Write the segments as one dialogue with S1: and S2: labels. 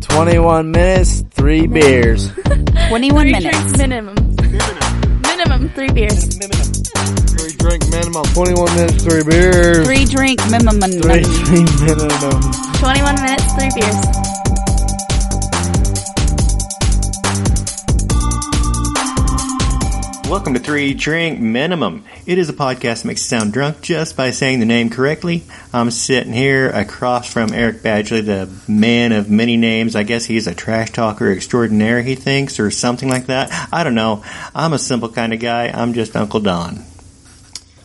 S1: 21 minutes, three beers.
S2: 21
S3: Three
S2: minutes.
S3: drinks minimum. Minimum three beers.
S4: Three drink minimum.
S1: 21 minutes, three beers.
S2: Three drink minimum.
S1: Three, three minimum.
S3: Twenty-one minutes, three beers.
S5: Welcome to Three Drink Minimum. It is a podcast that makes you sound drunk just by saying the name correctly. I'm sitting here across from Eric Badgley, the man of many names. I guess he's a trash talker extraordinaire, he thinks, or something like that. I don't know. I'm a simple kind of guy. I'm just Uncle Don.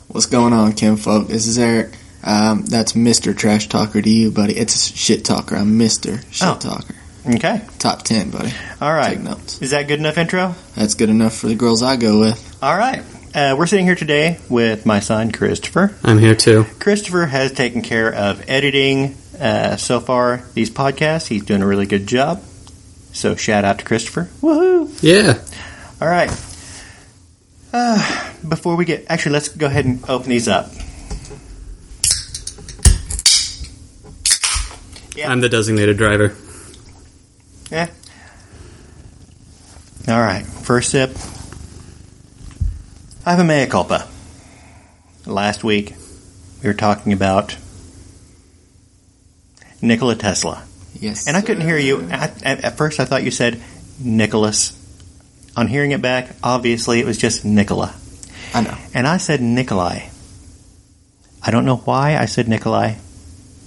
S4: What's going on, Kim Folk? This is Eric. Um, that's Mr. Trash Talker to you, buddy. It's shit talker. I'm Mr. Shit
S5: Oh.
S4: Talker.
S5: Okay.
S4: Top 10, buddy.
S5: All right.
S4: Take notes.
S5: Is that good enough intro?
S4: That's good enough for the girls I go with.
S5: All right. Uh, we're sitting here today with my son, Christopher.
S6: I'm here too.
S5: Christopher has taken care of editing uh, so far these podcasts. He's doing a really good job. So shout out to Christopher. Woohoo!
S6: Yeah.
S5: All right. Uh, before we get actually, let's go ahead and open these up. Yeah.
S6: I'm the designated driver.
S5: All right. First sip. I have a mea culpa. Last week, we were talking about Nikola Tesla.
S4: Yes.
S5: And I couldn't hear you. At, at, at first, I thought you said Nicholas. On hearing it back, obviously it was just Nicola.
S4: I know.
S5: And I said Nikolai. I don't know why I said Nikolai.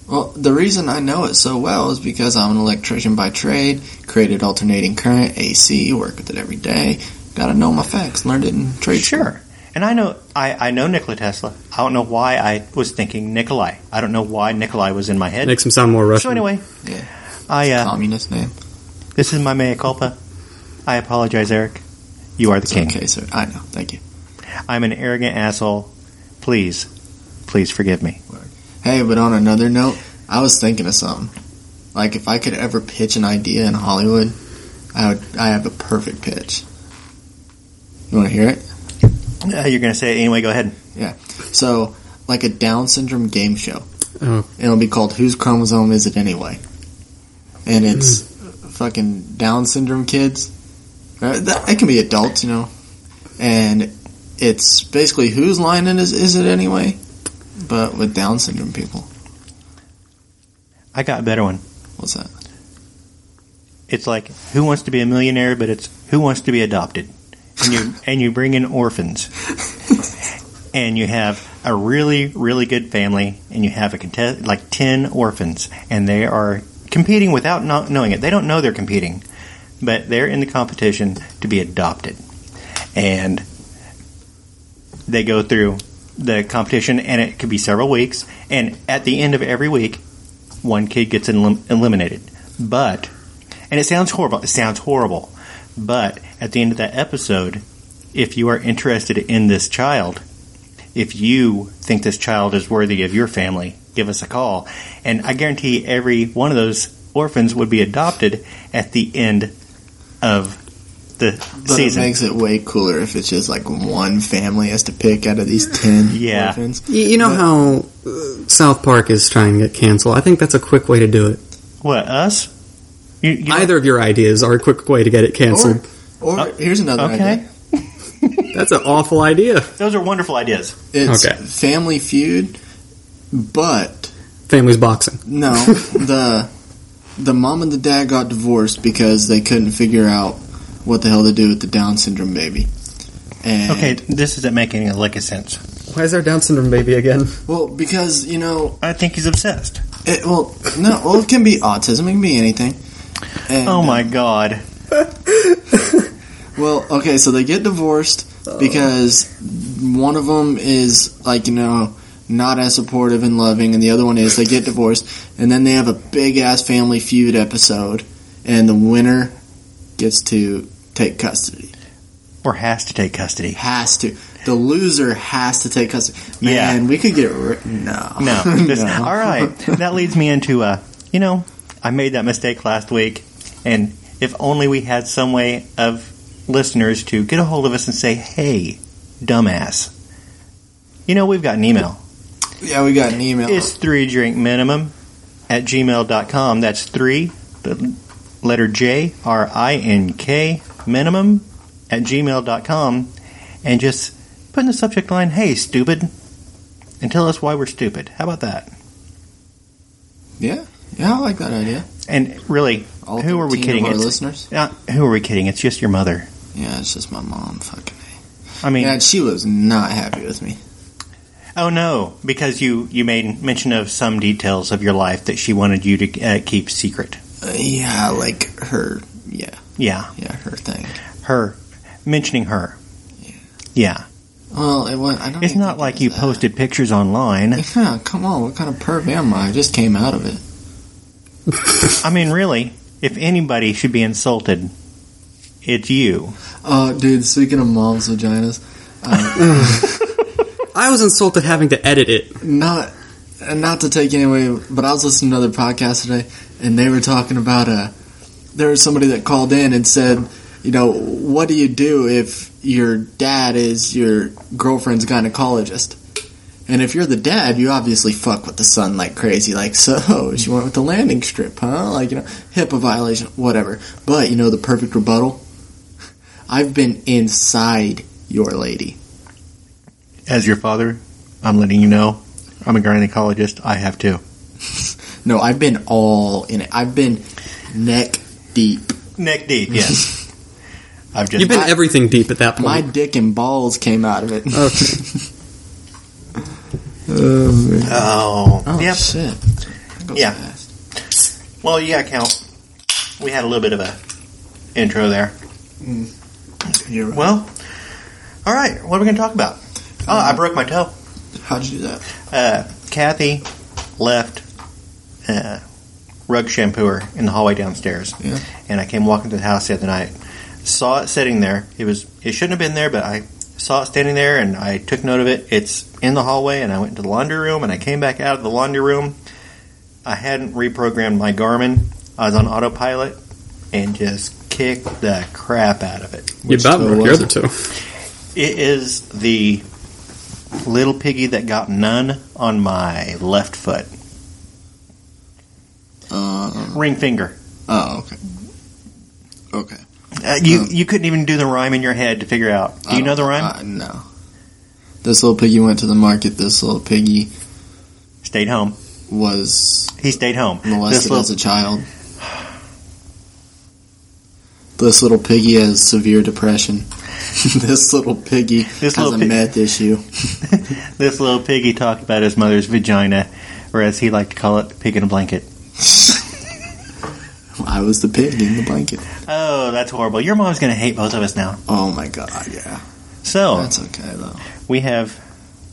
S4: Well, the reason I know it so well is because I'm an electrician by trade, created alternating current, AC, work with it every day. Gotta know my facts, learned it in trade. school.
S5: Sure. And I know I, I know Nikola Tesla. I don't know why I was thinking Nikolai. I don't know why Nikolai was in my head.
S6: Makes him sound more Russian.
S5: so anyway,
S4: Yeah.
S5: I uh,
S4: Communist name.
S5: this is my mea culpa. I apologize, Eric. You are the
S4: It's
S5: king.
S4: okay, sir. I know. Thank you.
S5: I'm an arrogant asshole. Please, please forgive me.
S4: Hey, but on another note, I was thinking of something. Like if I could ever pitch an idea in Hollywood, I would. I have the perfect pitch. You want to hear it?
S5: Uh, you're going to say it anyway. Go ahead.
S4: So, like a Down syndrome game show.
S6: Oh.
S4: And it'll be called Whose Chromosome Is It Anyway? And it's fucking Down syndrome kids. Uh, That, it can be adults, you know. And it's basically whose line it is, is it anyway? But with Down syndrome people.
S5: I got a better one.
S4: What's that?
S5: it's like who wants to be a millionaire, but it's who wants to be adopted, and you and you bring in orphans, and you have a really really good family, and you have a contest like ten orphans, and they are competing without not knowing it. They don't know they're competing, but they're in the competition to be adopted, and they go through the competition, and it could be several weeks, and at the end of every week, one kid gets elim- eliminated, but and it sounds horrible. It sounds horrible. But at the end of that episode, if you are interested in this child, if you think this child is worthy of your family, give us a call. And I guarantee every one of those orphans would be adopted at the end of the
S4: But
S5: season.
S4: it makes it way cooler if it's just like one family has to pick out of these ten
S5: Yeah.
S4: orphans.
S6: You, you know how uh, South Park is trying to get canceled? I think that's a quick way to do it.
S5: what, us? You, you
S6: Either of your ideas are a quick way to get it canceled.
S4: Or
S5: Oh,
S4: here's another
S5: okay.
S4: idea.
S6: That's an awful idea.
S5: Those are wonderful ideas.
S4: It's
S6: Okay.
S4: Family Feud, but
S6: Family's boxing.
S4: no, the the mom and the dad got divorced because they couldn't figure out what the hell to do with the Down syndrome baby. And
S5: Okay, this isn't making a lick of sense.
S6: Why is there Down syndrome baby again?
S4: well, because you know,
S5: I think he's obsessed.
S4: it, well, no, well, it can be autism, it can be anything. And,
S5: Oh my
S4: uh,
S5: god.
S4: Well, okay, so they get divorced because one of them is like you know not as supportive and loving, and the other one is they get divorced, and then they have a big ass family feud episode, and the winner gets to take custody.
S5: Or has to take custody.
S4: Has to. The loser has to take custody. Man, we could get ri- no,
S5: No. This- All right. That leads me into, uh, you know, I made that mistake last week, and if only we had some way of listeners to get a hold of us and say, hey, dumbass. You know, we've got an email.
S4: Yeah, we got an email.
S5: It's three drink minimum at gmail.com. That's three, the letter J R I N K minimum at gmail.com and just put in the subject line, hey, stupid, and tell us why we're stupid. How about that?
S4: Yeah, yeah, I like that idea.
S5: And really,
S4: All
S5: Who are we
S4: 13
S5: kidding?
S4: Of our
S5: It's-
S4: listeners?
S5: uh, who are we kidding? It's just your mother.
S4: Yeah, it's just my mom. Fucking.
S5: I mean,
S4: Yeah, she was not happy with me.
S5: oh no, because you, you made mention of some details of your life that she wanted you to uh, keep secret.
S4: Uh, yeah, like her. Yeah,
S5: Yeah,
S4: yeah, her thing.
S5: her. Mentioning her. Yeah.
S4: Well, it was. I don't.
S5: It's
S4: even
S5: not
S4: think
S5: like
S4: it
S5: you
S4: was that.
S5: posted pictures online.
S4: Yeah, come on. What kind of perv am I? I just came out of it.
S5: I mean, really, if anybody should be insulted, it's you.
S4: Oh, dude. Speaking of mom's vaginas, uh,
S6: I was insulted having to edit it.
S4: not and not to take any away, but I was listening to another podcast today, and they were talking about uh There was somebody that called in and said, you know, what do you do if your dad is your girlfriend's gynecologist? And if you're the dad, you obviously fuck with the son like crazy. Like, so she went with the landing strip, huh? Like, you know, HIPAA violation, whatever. But you know the perfect rebuttal. I've been inside your lady.
S5: As your father, I'm letting you know I'm a gynecologist. I have to.
S4: No, I've been all in it. I've been neck deep.
S5: Neck deep, yes. I've just.
S6: You've been everything deep at that
S4: My
S6: point.
S4: dick and balls came out of it.
S6: Okay.
S5: oh.
S4: Oh
S5: yep.
S4: shit! That goes
S5: Yeah.
S4: fast.
S5: Well, you gotta count. We had a little bit of a intro there.
S4: You're right.
S5: Well, all right. What are we gonna talk about? Oh, I broke my toe.
S4: How'd you do that?
S5: Uh, Kathy left uh, rug shampooer in the hallway downstairs.
S4: Yeah.
S5: and I came walking to the house the other night. Saw it sitting there. It was it shouldn't have been there, but I saw it standing there and I took note of it. It's in the hallway and I went to the laundry room and I came back out of the laundry room. I hadn't reprogrammed my Garmin. I was on autopilot and just kicked the crap out of it.
S6: You about
S4: toe
S6: broke your
S4: was
S6: other toe.
S5: It is the little piggy that got none on my left foot.
S4: Um,
S5: Ring finger.
S4: oh, okay. Okay.
S5: Uh, you
S4: Um,
S5: you couldn't even do the rhyme in your head to figure out. Do
S4: I
S5: you know
S4: don't-
S5: the rhyme?
S4: Uh, no. This little piggy went to the market. This little piggy
S5: stayed home.
S4: was
S5: He stayed home. This
S4: molested
S5: little-
S4: as a child. This little piggy has severe depression. this little piggy
S5: This
S4: has
S5: little
S4: a
S5: pig-
S4: meth issue.
S5: This little piggy talked about his mother's vagina, or as he liked to call it, pig in a blanket.
S4: I was the pig in the blanket.
S5: Oh, that's horrible. Your mom's going to hate both of us now.
S4: Oh my god, yeah.
S5: So,
S4: That's okay though.
S5: we have.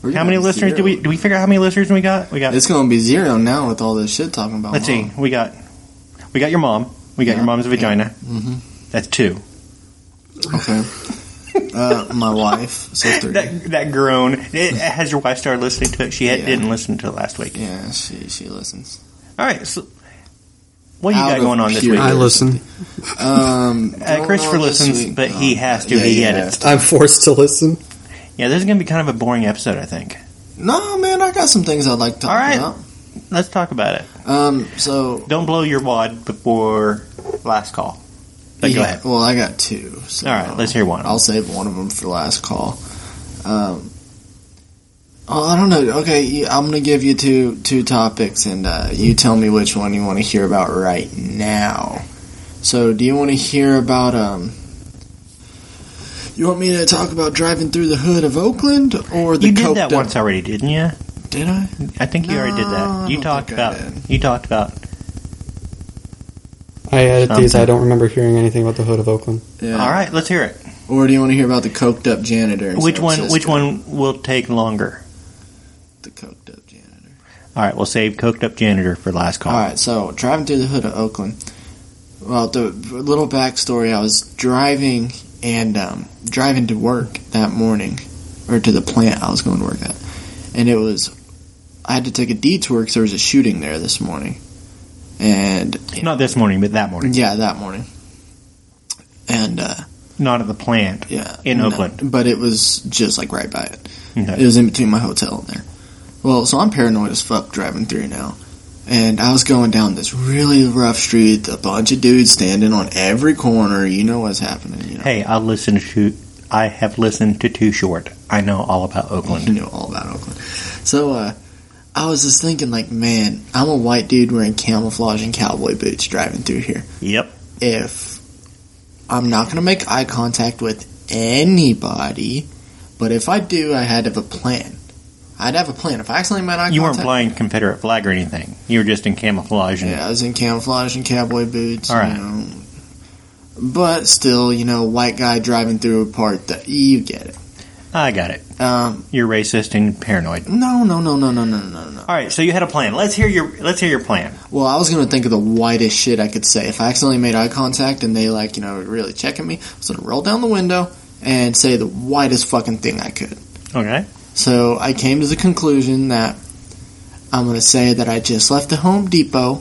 S4: We're
S5: Oh. How
S4: gonna
S5: many
S4: have
S5: listeners do
S4: zero.
S5: we do we figure out how many listeners we got? We got.
S4: It's gonna be zero now with all this shit talking about.
S5: let's see. We got we got your mom. We got
S4: Yeah.
S5: your mom's vagina.
S4: hmm
S5: That's two.
S4: Mm-hmm. Okay. uh, my wife, so three.
S5: That that groan. It, has your wife started listening to it? She had,
S4: Yeah.
S5: didn't listen to it last week.
S4: yeah, she she listens.
S5: All right. So, what you
S4: Out
S5: got
S4: of
S5: going on this
S4: pure-
S5: week?
S6: I listen.
S4: Um,
S5: Uh, Christopher
S4: going on this
S5: listens,
S4: week-
S5: but
S4: oh,
S5: he has to.
S4: yeah,
S5: he
S4: yeah.
S5: edits.
S6: I'm forced to listen.
S5: Yeah, this is going to be kind of a boring episode, I think.
S4: No, man, I got some things I'd like to talk
S5: All right.
S4: about.
S5: Let's talk about it.
S4: Um, so
S5: Don't blow your wad before last call. But go
S4: Yeah,
S5: ahead.
S4: Well, I got two. So
S5: All right, let's hear one.
S4: I'll save one of them for last call. Um, oh, I don't know. Okay, you- I'm gonna give you two two topics, and uh, you tell me which one you want to hear about right now. So, do you want to hear about um? You want me to talk about driving through the hood of Oakland or the
S5: you did
S4: coked
S5: that
S4: up-
S5: once already, didn't you?
S4: Did I?
S5: I think you already did
S4: No, I
S5: that. You
S4: don't
S5: talked
S4: think I
S5: about you talked about
S6: I edit these.
S5: Something.
S6: I don't remember hearing anything about the hood of Oakland.
S4: Yeah.
S5: All right, let's hear it.
S4: Or do you want to hear about the coked up janitor? in
S5: Which
S4: San
S5: one
S4: Francisco?
S5: which one will take longer?
S4: The coked up janitor.
S5: All right, we'll save coked up janitor for last call.
S4: All right, so driving through the hood of Oakland. Well, the little backstory: I was driving and um, driving to work that morning, or to the plant I was going to work at, and it was I had to take a detour because there was a shooting there this morning, and
S5: Not this morning, but that morning.
S4: yeah, that morning, and uh,
S5: Not at the plant.
S4: yeah,
S5: In
S4: no,
S5: Oakland.
S4: but it was just like right by it.
S5: Okay.
S4: It was in between my hotel and there. Well, so I'm paranoid as fuck driving through now. and I was going down this really rough street, a bunch of dudes standing on every corner. You know what's happening. You know,
S5: Hey, I listened to. I have listened to Too Short. I know all about Oakland.
S4: you know all about Oakland. So uh, I was just thinking, like, man, I'm a white dude wearing camouflage and cowboy boots driving through here.
S5: Yep.
S4: If I'm not gonna make eye contact with anybody, but if I do, I had to have a plan. I'd have a plan. If I accidentally made eye
S5: You weren't
S4: contact,
S5: flying Confederate flag or anything. You were just in camouflage. And,
S4: Yeah, I was in camouflage and cowboy boots.
S5: All right.
S4: You know. But still, you know, white guy driving through a part that you get it.
S5: I got it.
S4: Um,
S5: You're racist and paranoid.
S4: no, no, no, no, no, no, no, no.
S5: All right, so you had a plan. Let's hear your. Let's hear your plan.
S4: Well, I was gonna think of the whitest shit I could say if I accidentally made eye contact and they like, you know, were really checking me. I was gonna roll down the window and say the whitest fucking thing I could.
S5: Okay.
S4: So I came to the conclusion that I'm going to say that I just left the Home Depot.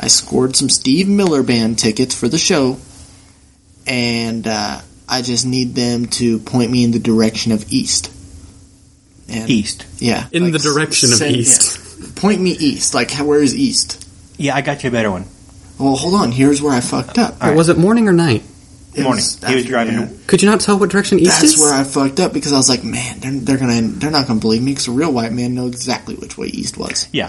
S4: I scored some Steve Miller Band tickets for the show. And uh, I just need them to point me in the direction of east. And,
S5: East.
S4: Yeah.
S6: In
S4: like
S6: the direction of
S4: send-
S6: east.
S4: yeah. Point me east. Like, how- where is east?
S5: Yeah, I got you a better one.
S4: Well, hold on. Here's where I fucked up.
S5: All right.
S6: Was it morning or night?
S4: It
S5: Morning. He was
S4: after-
S5: driving.
S4: yeah.
S6: Could you not tell what direction east
S4: That's
S6: is?
S4: where I fucked up because I was like, man, they're, they're gonna they're not gonna believe me because a real white man knows exactly which way east was.
S5: I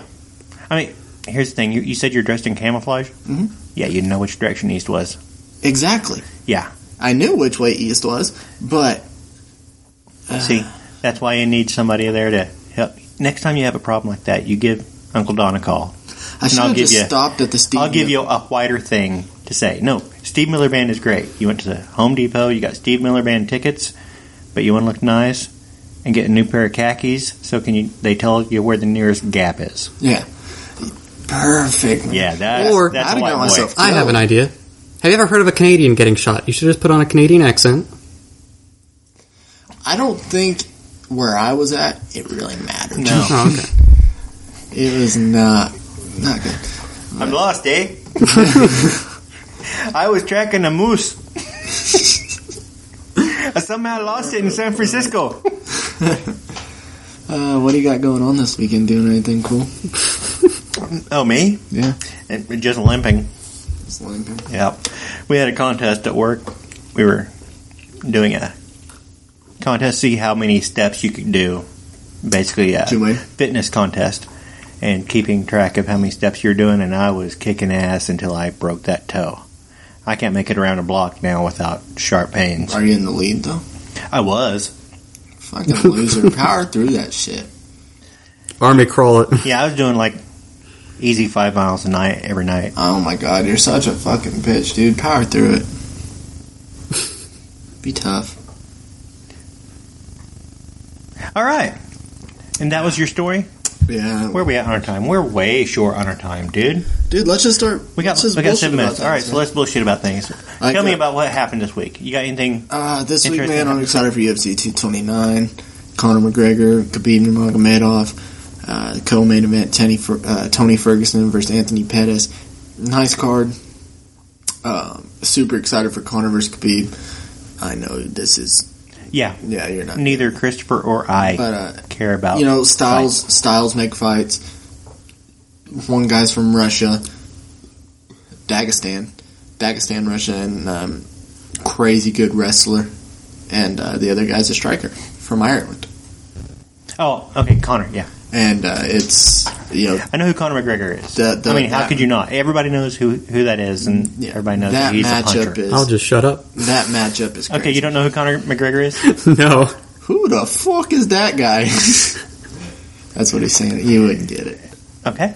S5: mean, here's the thing. You, you said you're dressed in camouflage.
S4: Mhm.
S5: Yeah, you know which direction east was.
S4: Exactly.
S5: Yeah.
S4: I knew which way east was, but Uh.
S5: See, that's why you need somebody there to help. Next time you have a problem like that, you give Uncle Don a call.
S4: I should
S5: I'll
S4: have
S5: give
S4: just
S5: you-
S4: stopped at the Steve.
S5: I'll give you a wider thing to say. No, Steve Miller Band is great. You went to the Home Depot, you got Steve Miller Band tickets, but you want to look nice and get a new pair of khakis. So can you? They tell you where the nearest Gap is.
S4: perfect.
S5: Yeah, that's
S6: Or-
S5: that's
S4: I'd
S5: a
S4: have
S5: white
S4: got
S5: boy.
S4: myself.
S6: I have an idea. Have you ever heard of a Canadian getting shot? You should just put on a Canadian accent.
S4: I don't think where I was at it really mattered.
S5: No.
S6: Oh, okay.
S4: it was not not good.
S5: I'm lost, eh? I was tracking a moose. I somehow lost it in San Francisco.
S4: Uh, what do you got going on this weekend? Doing anything cool?
S5: Oh, me?
S4: Yeah.
S5: And just limping.
S4: Just limping.
S5: Yeah. We had a contest at work. We were doing a contest, see how many steps you could do. Basically, a
S4: Too late.
S5: fitness contest and keeping track of how many steps you're doing. And I was kicking ass until I broke that toe. I can't make it around a block now without sharp pains.
S4: Are you in the lead though?
S5: I was.
S4: Fucking loser. Power through that shit.
S6: Army crawl it.
S5: Yeah, I was doing like easy five miles a night every night.
S4: Oh my god, you're such a fucking bitch, dude. Power through it. Be tough.
S5: All right. And that was your story?
S4: Yeah.
S5: Where are we at on our time? We're way short on our time, dude.
S4: Dude, let's just start.
S5: We got
S4: let's just
S5: we got
S4: bullshit
S5: seven
S4: about
S5: minutes.
S4: things,
S5: All right,
S4: man.
S5: so let's bullshit about things.
S4: I
S5: Tell me
S4: got-
S5: about what happened this week. You got anything?
S4: Uh, this week,
S5: Interesting.
S4: man, I'm excited for UFC 229. Conor McGregor, Khabib Nurmagomedov, uh, co-main event Tony, Fer- uh, Tony Ferguson versus Anthony Pettis. Nice card. Um super excited for Conor versus Khabib. I know this is
S5: Yeah,
S4: yeah, you're not
S5: neither Christopher or I
S4: but uh,
S5: care about.
S4: you know styles styles make fights. One guy's from Russia, Dagestan, Dagestan, Russia, and um, crazy good wrestler, and uh, the other guy's a striker from Ireland.
S5: oh, okay, Connor. Yeah,
S4: And uh, it's you know
S5: I know who Connor McGregor is.
S4: The- the-
S5: I mean, how
S4: that- Mm,
S5: could you not? Everybody knows who who that is, and
S4: yeah,
S5: everybody knows
S4: that
S5: that he's a
S4: matchup
S5: puncher.
S4: is
S6: I'll just shut up.
S4: that matchup is crazy.
S5: Okay, you don't know who Connor McGregor is?
S6: no.
S4: who the fuck is that guy? That's what he's saying. You wouldn't get it.
S5: Okay,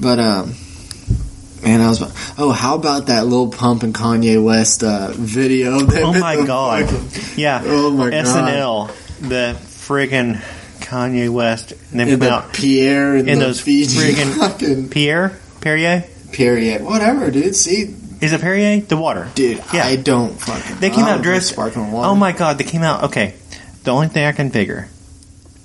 S4: But um, man, I was about, oh, how about that little pump and Kanye West uh, video? that-
S5: Oh my God. yeah.
S4: Oh my God.
S5: SNL, the friggin' Kanye West, and then
S4: And
S5: come
S4: the
S5: out
S4: Pierre and,
S5: in
S4: the
S5: those
S4: Fiji
S5: friggin'
S4: fucking
S5: Pierre Perrier.
S4: Perrier, whatever, dude. See,
S5: Is it Perrier? The water.
S4: dude,
S5: Yeah.
S4: I don't fucking.
S5: They came
S4: I
S5: out
S4: love
S5: dressed-
S4: sparkling water.
S5: Oh my god, they came out. Okay. The only thing I can figure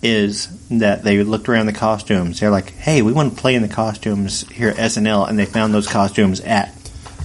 S5: is that they looked around the costumes. They're like, hey, we want to play in the costumes here at SNL, and they found those costumes at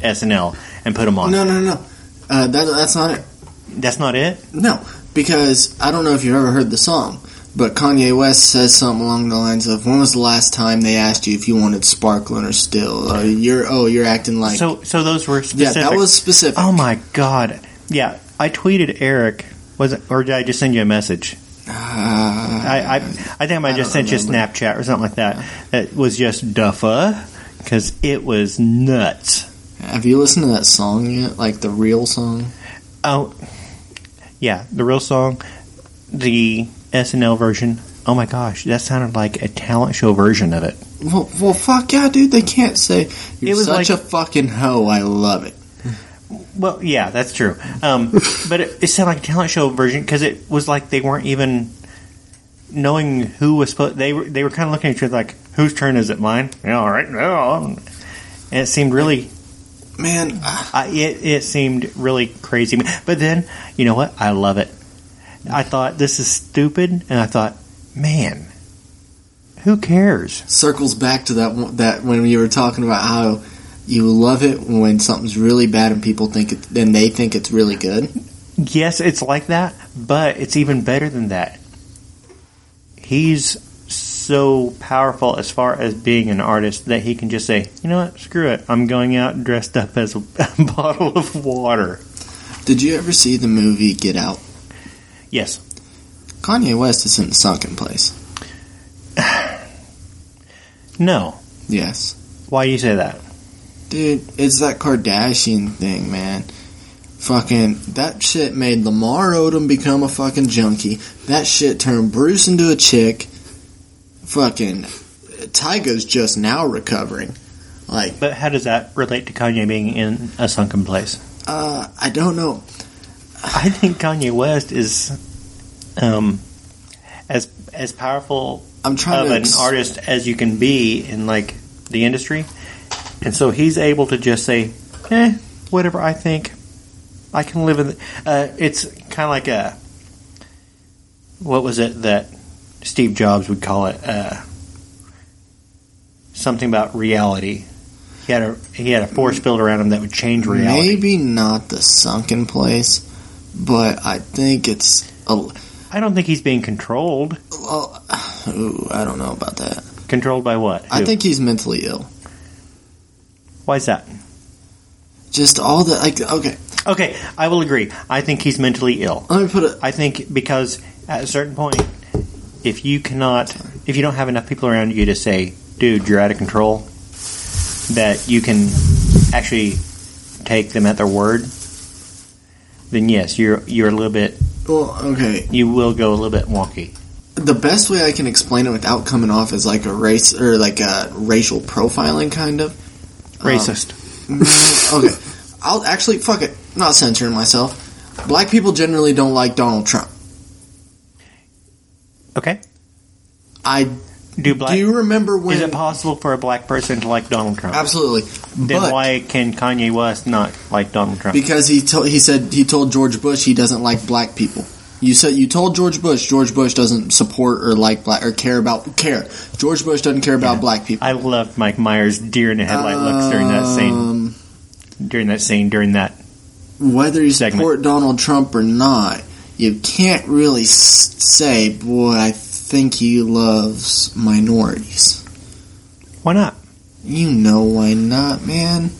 S5: SNL and put them on.
S4: No, no, no. Uh, that, that's not it.
S5: That's not it?
S4: No, because I don't know if you've ever heard the song, But Kanye West says something along the lines of, "When was the last time they asked you if you wanted sparkling or still? Uh, you're oh, you're acting like
S5: so so those were
S4: yeah,
S5: specific.
S4: that was specific.
S5: Oh my god. Yeah, I tweeted Eric. Was it, or did I just send you a message?
S4: Ah.
S5: I I, I think I might
S4: I
S5: have just
S4: don't
S5: sent you a
S4: remember.
S5: Snapchat or something like that. That was just duffa because it was nuts.
S4: Have you listened to that song yet? Like the real song?
S5: Oh, yeah, the real song, the SNL version. Oh my gosh, that sounded like a talent show version of it.
S4: Well, well, fuck yeah, dude. They can't say you're
S5: It was
S4: such
S5: like-
S4: a fucking hoe. I love it.
S5: Well, yeah, that's true. Um, but it, it sounded like a talent show version because it was like they weren't even knowing who was supposed. They were they were kind of looking at each other like, "Whose turn is it? Mine? Yeah, all right, yeah." And it seemed really,
S4: Man, ah,
S5: I, it it seemed really crazy. But then you know what? I love it. I thought this is stupid, and I thought, man, who cares?
S4: circles back to that one, that when you were talking about how you love it when something's really bad and people think it, then they think it's really good.
S5: Yes, it's like that, but it's even better than that. He's so powerful as far as being an artist that he can just say, you know what, screw it, I'm going out dressed up as a bottle of water.
S4: Did you ever see the movie Get Out?
S5: Yes.
S4: Kanye West is in the sunken place.
S5: No.
S4: Yes.
S5: Why do you say that?
S4: Dude, it's that Kardashian thing, man. Fucking that shit made Lamar Odom become a fucking junkie. That shit turned Bruce into a chick. Fucking Tyga's just now recovering. Like,
S5: But how does that relate to Kanye being in a sunken place?
S4: uh, I don't know.
S5: I think Kanye West is um as as powerful
S4: I'm trying
S5: of
S4: to
S5: an
S4: ex-
S5: artist as you can be in like the industry, and so he's able to just say, "Eh, whatever I think, I can live in." The, uh, it's kind of like a what was it that Steve Jobs would call it? Uh, something about reality. He had a he had a force field around him that would change reality.
S4: Maybe not the sunken place, but I think it's a.
S5: I don't think he's being controlled.
S4: Well, ooh, I don't know about that.
S5: Controlled by what?
S4: I
S5: Who?
S4: think he's mentally ill.
S5: Why is that?
S4: just all the like okay
S5: Okay, I will agree. I think he's mentally ill.
S4: let me put it
S5: I think because at a certain point, if you cannot, if you don't have enough people around you to say, "Dude, you're out of control," that you can actually take them at their word, then yes, you're you're a little bit,
S4: well okay
S5: you will go a little bit wonky.
S4: the best way i can explain it without coming off as like a race or like a racial profiling kind of Um,
S5: Racist.
S4: Mm, okay i'll actually fuck it I'm not censoring myself black people generally don't like donald trump
S5: okay.
S4: i
S5: Do black?
S4: do you remember
S5: is
S4: when
S5: it possible for a black person to like Donald Trump?
S4: absolutely
S5: Then
S4: but
S5: why can Kanye West not like Donald Trump?
S4: because he told he said he told george bush he doesn't like black people you said you told George Bush George Bush doesn't support or like black or care about care. George Bush doesn't care about black people.
S5: I loved Mike Myers' deer in the headlight
S4: Uh,
S5: looks during that scene.
S4: Um,
S5: During that scene. During that.
S4: whether you
S5: segment.
S4: support Donald Trump or not, you can't really s- say, boy, I think he loves minorities.
S5: Why not?
S4: You know why not, man.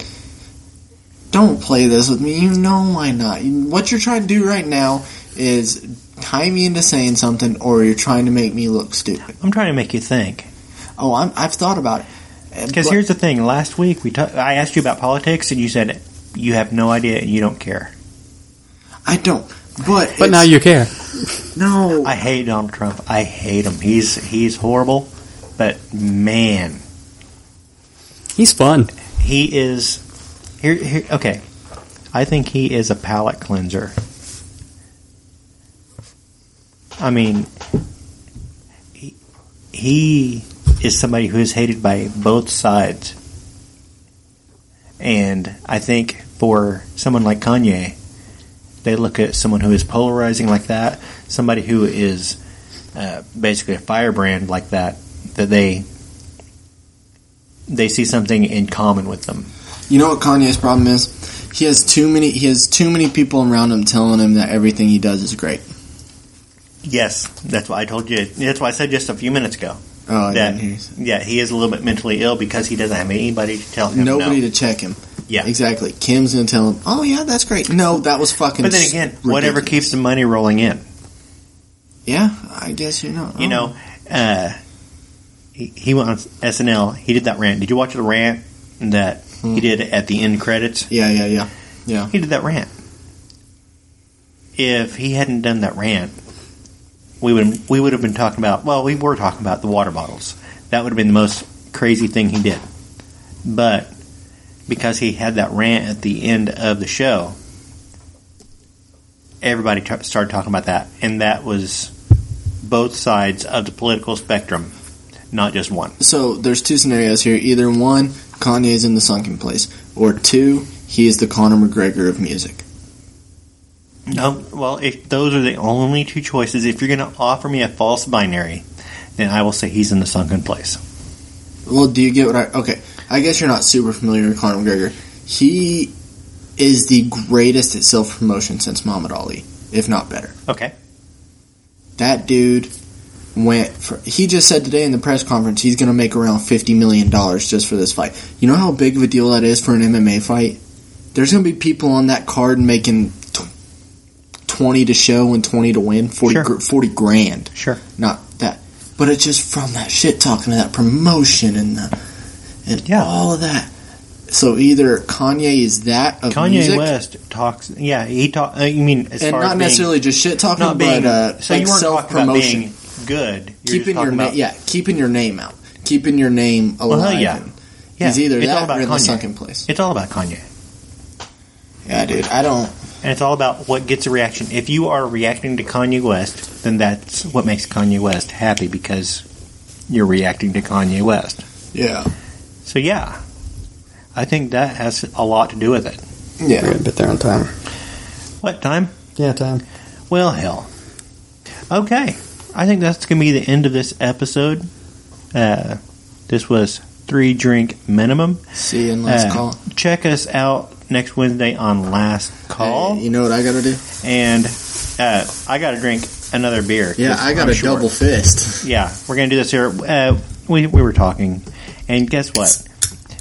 S4: Don't play this with me. You know why not. What you're trying to do right now is tie me into saying something, or you're trying to make me look stupid.
S5: I'm trying to make you think.
S4: Oh, I'm, I've thought about it. Uh,
S5: Because
S4: but-
S5: here's the thing. Last week we ta- I asked you about politics, and you said you have no idea and you don't care.
S4: I don't. But
S6: But now
S4: it's-
S6: you care.
S4: no.
S5: I hate Donald Trump. I hate him. He's he's horrible, but man,
S6: He's fun.
S5: he is. Here, here. Okay, I think he is a palate cleanser. I mean, he, he is somebody who is hated by both sides. And I think for someone like Kanye, they look at someone who is polarizing like that, somebody who is uh, basically a firebrand like that, that they they see something in common with them.
S4: You know what Kanye's problem is? He has too many. He has too many people around him telling him that everything he does is great.
S5: Yes, that's why I told you. That's why I said just a few minutes ago.
S4: Oh, I
S5: that
S4: didn't hear you. say-
S5: yeah, he is a little bit mentally ill because he doesn't have anybody to tell him.
S4: Nobody
S5: no.
S4: to check him.
S5: yeah.
S4: Exactly. Kim's gonna tell him, "Oh yeah, that's great." No, that was fucking.
S5: But then again, whatever
S4: ridiculous."
S5: keeps the money rolling in,
S4: Yeah, I guess you know. Oh.
S5: you know. Uh, he, he went on SNL. He did that rant. Did you watch the rant that
S4: Hmm.
S5: he did at the end credits?
S4: Yeah, yeah, yeah.
S5: He did that rant. If he hadn't done that rant, we would we would have been talking about. Well, we were talking about the water bottles. That would have been the most crazy thing he did. But because he had that rant at the end of the show, everybody t- started talking about that, and that was both sides of the political spectrum, not just one.
S4: So there's two scenarios here. Either one, Kanye's in the sunken place, or two, he is the Conor McGregor of music.
S5: No, Um, well, if those are the only two choices, if you're going to offer me a false binary, then I will say he's in the sunken place.
S4: Well, do you get what I? Okay, I guess you're not super familiar with Conor McGregor. He is the greatest at self promotion since Muhammad Ali, if not better.
S5: Okay.
S4: That dude went for. He just said today in the press conference he's going to make around fifty million dollars just for this fight. You know how big of a deal that is for an MMA fight. There's going to be people on that card making tw- twenty to show and twenty to win, 40,
S5: Sure.
S4: gr- 40 grand
S5: Sure.
S4: not that, but it's just from that shit talking and that promotion and the and
S5: Yeah.
S4: all of that. So either Kanye is that of
S5: Kanye
S4: music,
S5: West talks. Yeah, he talk. Uh, you mean as
S4: and
S5: far
S4: not
S5: as
S4: necessarily just shit
S5: being,
S4: talking,
S5: not being.
S4: but uh,
S5: so
S4: like
S5: you weren't
S4: self
S5: talking about
S4: promotion,
S5: being good. You're
S4: keeping
S5: just
S4: your
S5: talking
S4: name,
S5: about,
S4: yeah, keeping your name out, keeping your name alive.
S5: hell yeah.
S4: and
S5: yeah,
S4: He's either
S5: it's all
S4: that
S5: about
S4: or in the
S5: Kanye.
S4: sunken place.
S5: It's all about Kanye,
S4: Yeah, dude, I don't.
S5: and it's all about what gets a reaction. If you are reacting to Kanye West, then that's what makes Kanye West happy because you're reacting to Kanye West.
S4: Yeah,
S5: So yeah, I think that has a lot to do with it.
S6: We're
S4: yeah.
S6: gonna get there on time.
S5: What time?
S6: Yeah, time.
S5: Well, hell. Okay, I think that's gonna be the end of this episode. Uh, this was three drink minimum.
S4: See you in last
S5: Uh,
S4: call.
S5: Check us out next Wednesday on Last Call,
S4: Hey, you know what I gotta do?
S5: and uh, I gotta drink another beer. 'cause
S4: Yeah, I got
S5: I'm
S4: a
S5: short.
S4: double fist.
S5: Yeah, we're gonna do this here. Uh, we we were talking, and guess what?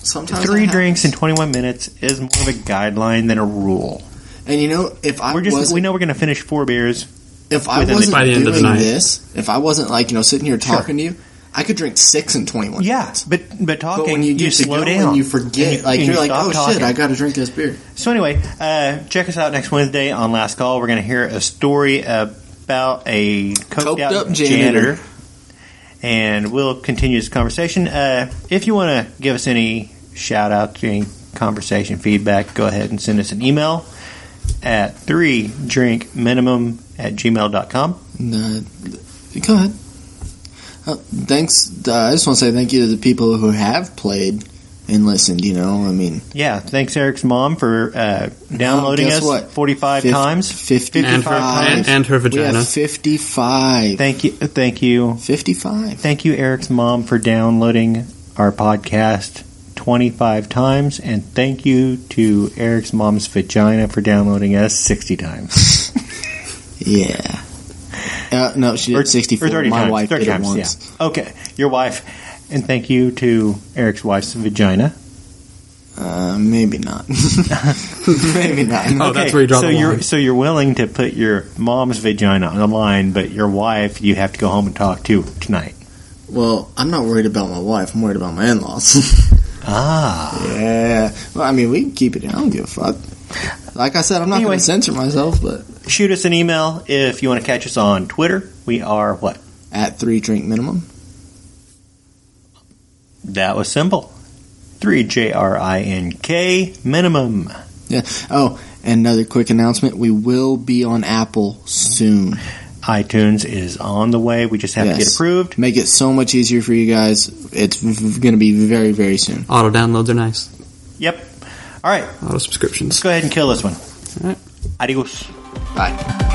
S4: Sometimes I
S5: Three
S4: have-
S5: drinks in 21 minutes is more of a guideline than a rule.
S4: and you know if I
S5: we're just
S4: wasn't-
S5: we know we're going to finish four beers.
S4: If I
S5: within the-
S4: wasn't
S6: By the end of the
S4: doing
S6: night.
S4: this, if I wasn't like you know sitting here
S5: Sure.
S4: talking to you, I could drink six in twenty one.
S5: Yeah, but but talking
S4: But when you
S5: you,
S4: get to
S5: slow
S4: go
S5: down,
S4: and you forget,
S5: and you-
S4: like
S5: and
S4: you're
S5: you
S4: like,
S5: stop
S4: oh shit,
S5: talking.
S4: I got to drink this beer.
S5: So anyway, uh, check us out next Wednesday on Last Call. We're going to hear a story about a coked,
S4: Coked
S5: out
S4: up
S5: janitor.
S4: janitor.
S5: and we'll continue this conversation. Uh, if you want to give us any shout outs, any conversation feedback, go ahead and send us an email at three drink minimum at gmail.com.
S4: And, uh, th- go ahead. Uh, thanks. Uh, I just want to say thank you to the people who have played and listened. You know, I mean,
S5: Yeah, thanks Eric's mom for uh, downloading
S4: guess
S5: us
S4: what?
S5: 45
S4: fif-
S5: times.
S6: And her,
S5: 55.
S6: and, and her
S4: We
S6: vagina.
S4: have fifty five.
S5: Thank you, thank you,
S4: Fifty five.
S5: thank you, Eric's mom, for downloading our podcast twenty-five times, and thank you to Eric's mom's vagina for downloading us sixty times
S4: Yeah. Uh, no, she
S5: Or-
S4: did sixty four.
S5: or
S4: My
S5: 30 times,
S4: wife
S5: 30
S4: did it
S5: times,
S4: once.
S5: Yeah. Okay, your wife, and thank you to Eric's wife's vagina.
S4: Uh, maybe not. maybe not.
S6: Oh,
S5: okay,
S6: that's where you draw
S5: so
S6: the
S5: you're
S6: line.
S5: so you're willing to put your mom's vagina on the line, but your wife you have to go home and talk to tonight.
S4: Well, I'm not worried about my wife. I'm worried about my in-laws.
S5: Ah,
S4: yeah. Well, I mean, we can keep it. I don't give a fuck. Like I said, I'm not
S5: Anyway.
S4: going to censor myself, but
S5: shoot us an email if you want to catch us on Twitter. We are what.
S4: at three drink minimum.
S5: That was simple. 3JRINK minimum.
S4: Yeah. Oh, and another quick announcement: we will be on Apple soon.
S5: iTunes is on the way. We just have to get
S4: Yes.
S5: approved.
S4: Make it so much easier for you guys. It's going to be very, very soon.
S6: Auto downloads are nice.
S5: Yep. All right.
S6: Auto subscriptions.
S5: Let's go ahead and kill this one.
S6: All right.
S5: Adios.
S4: Bye.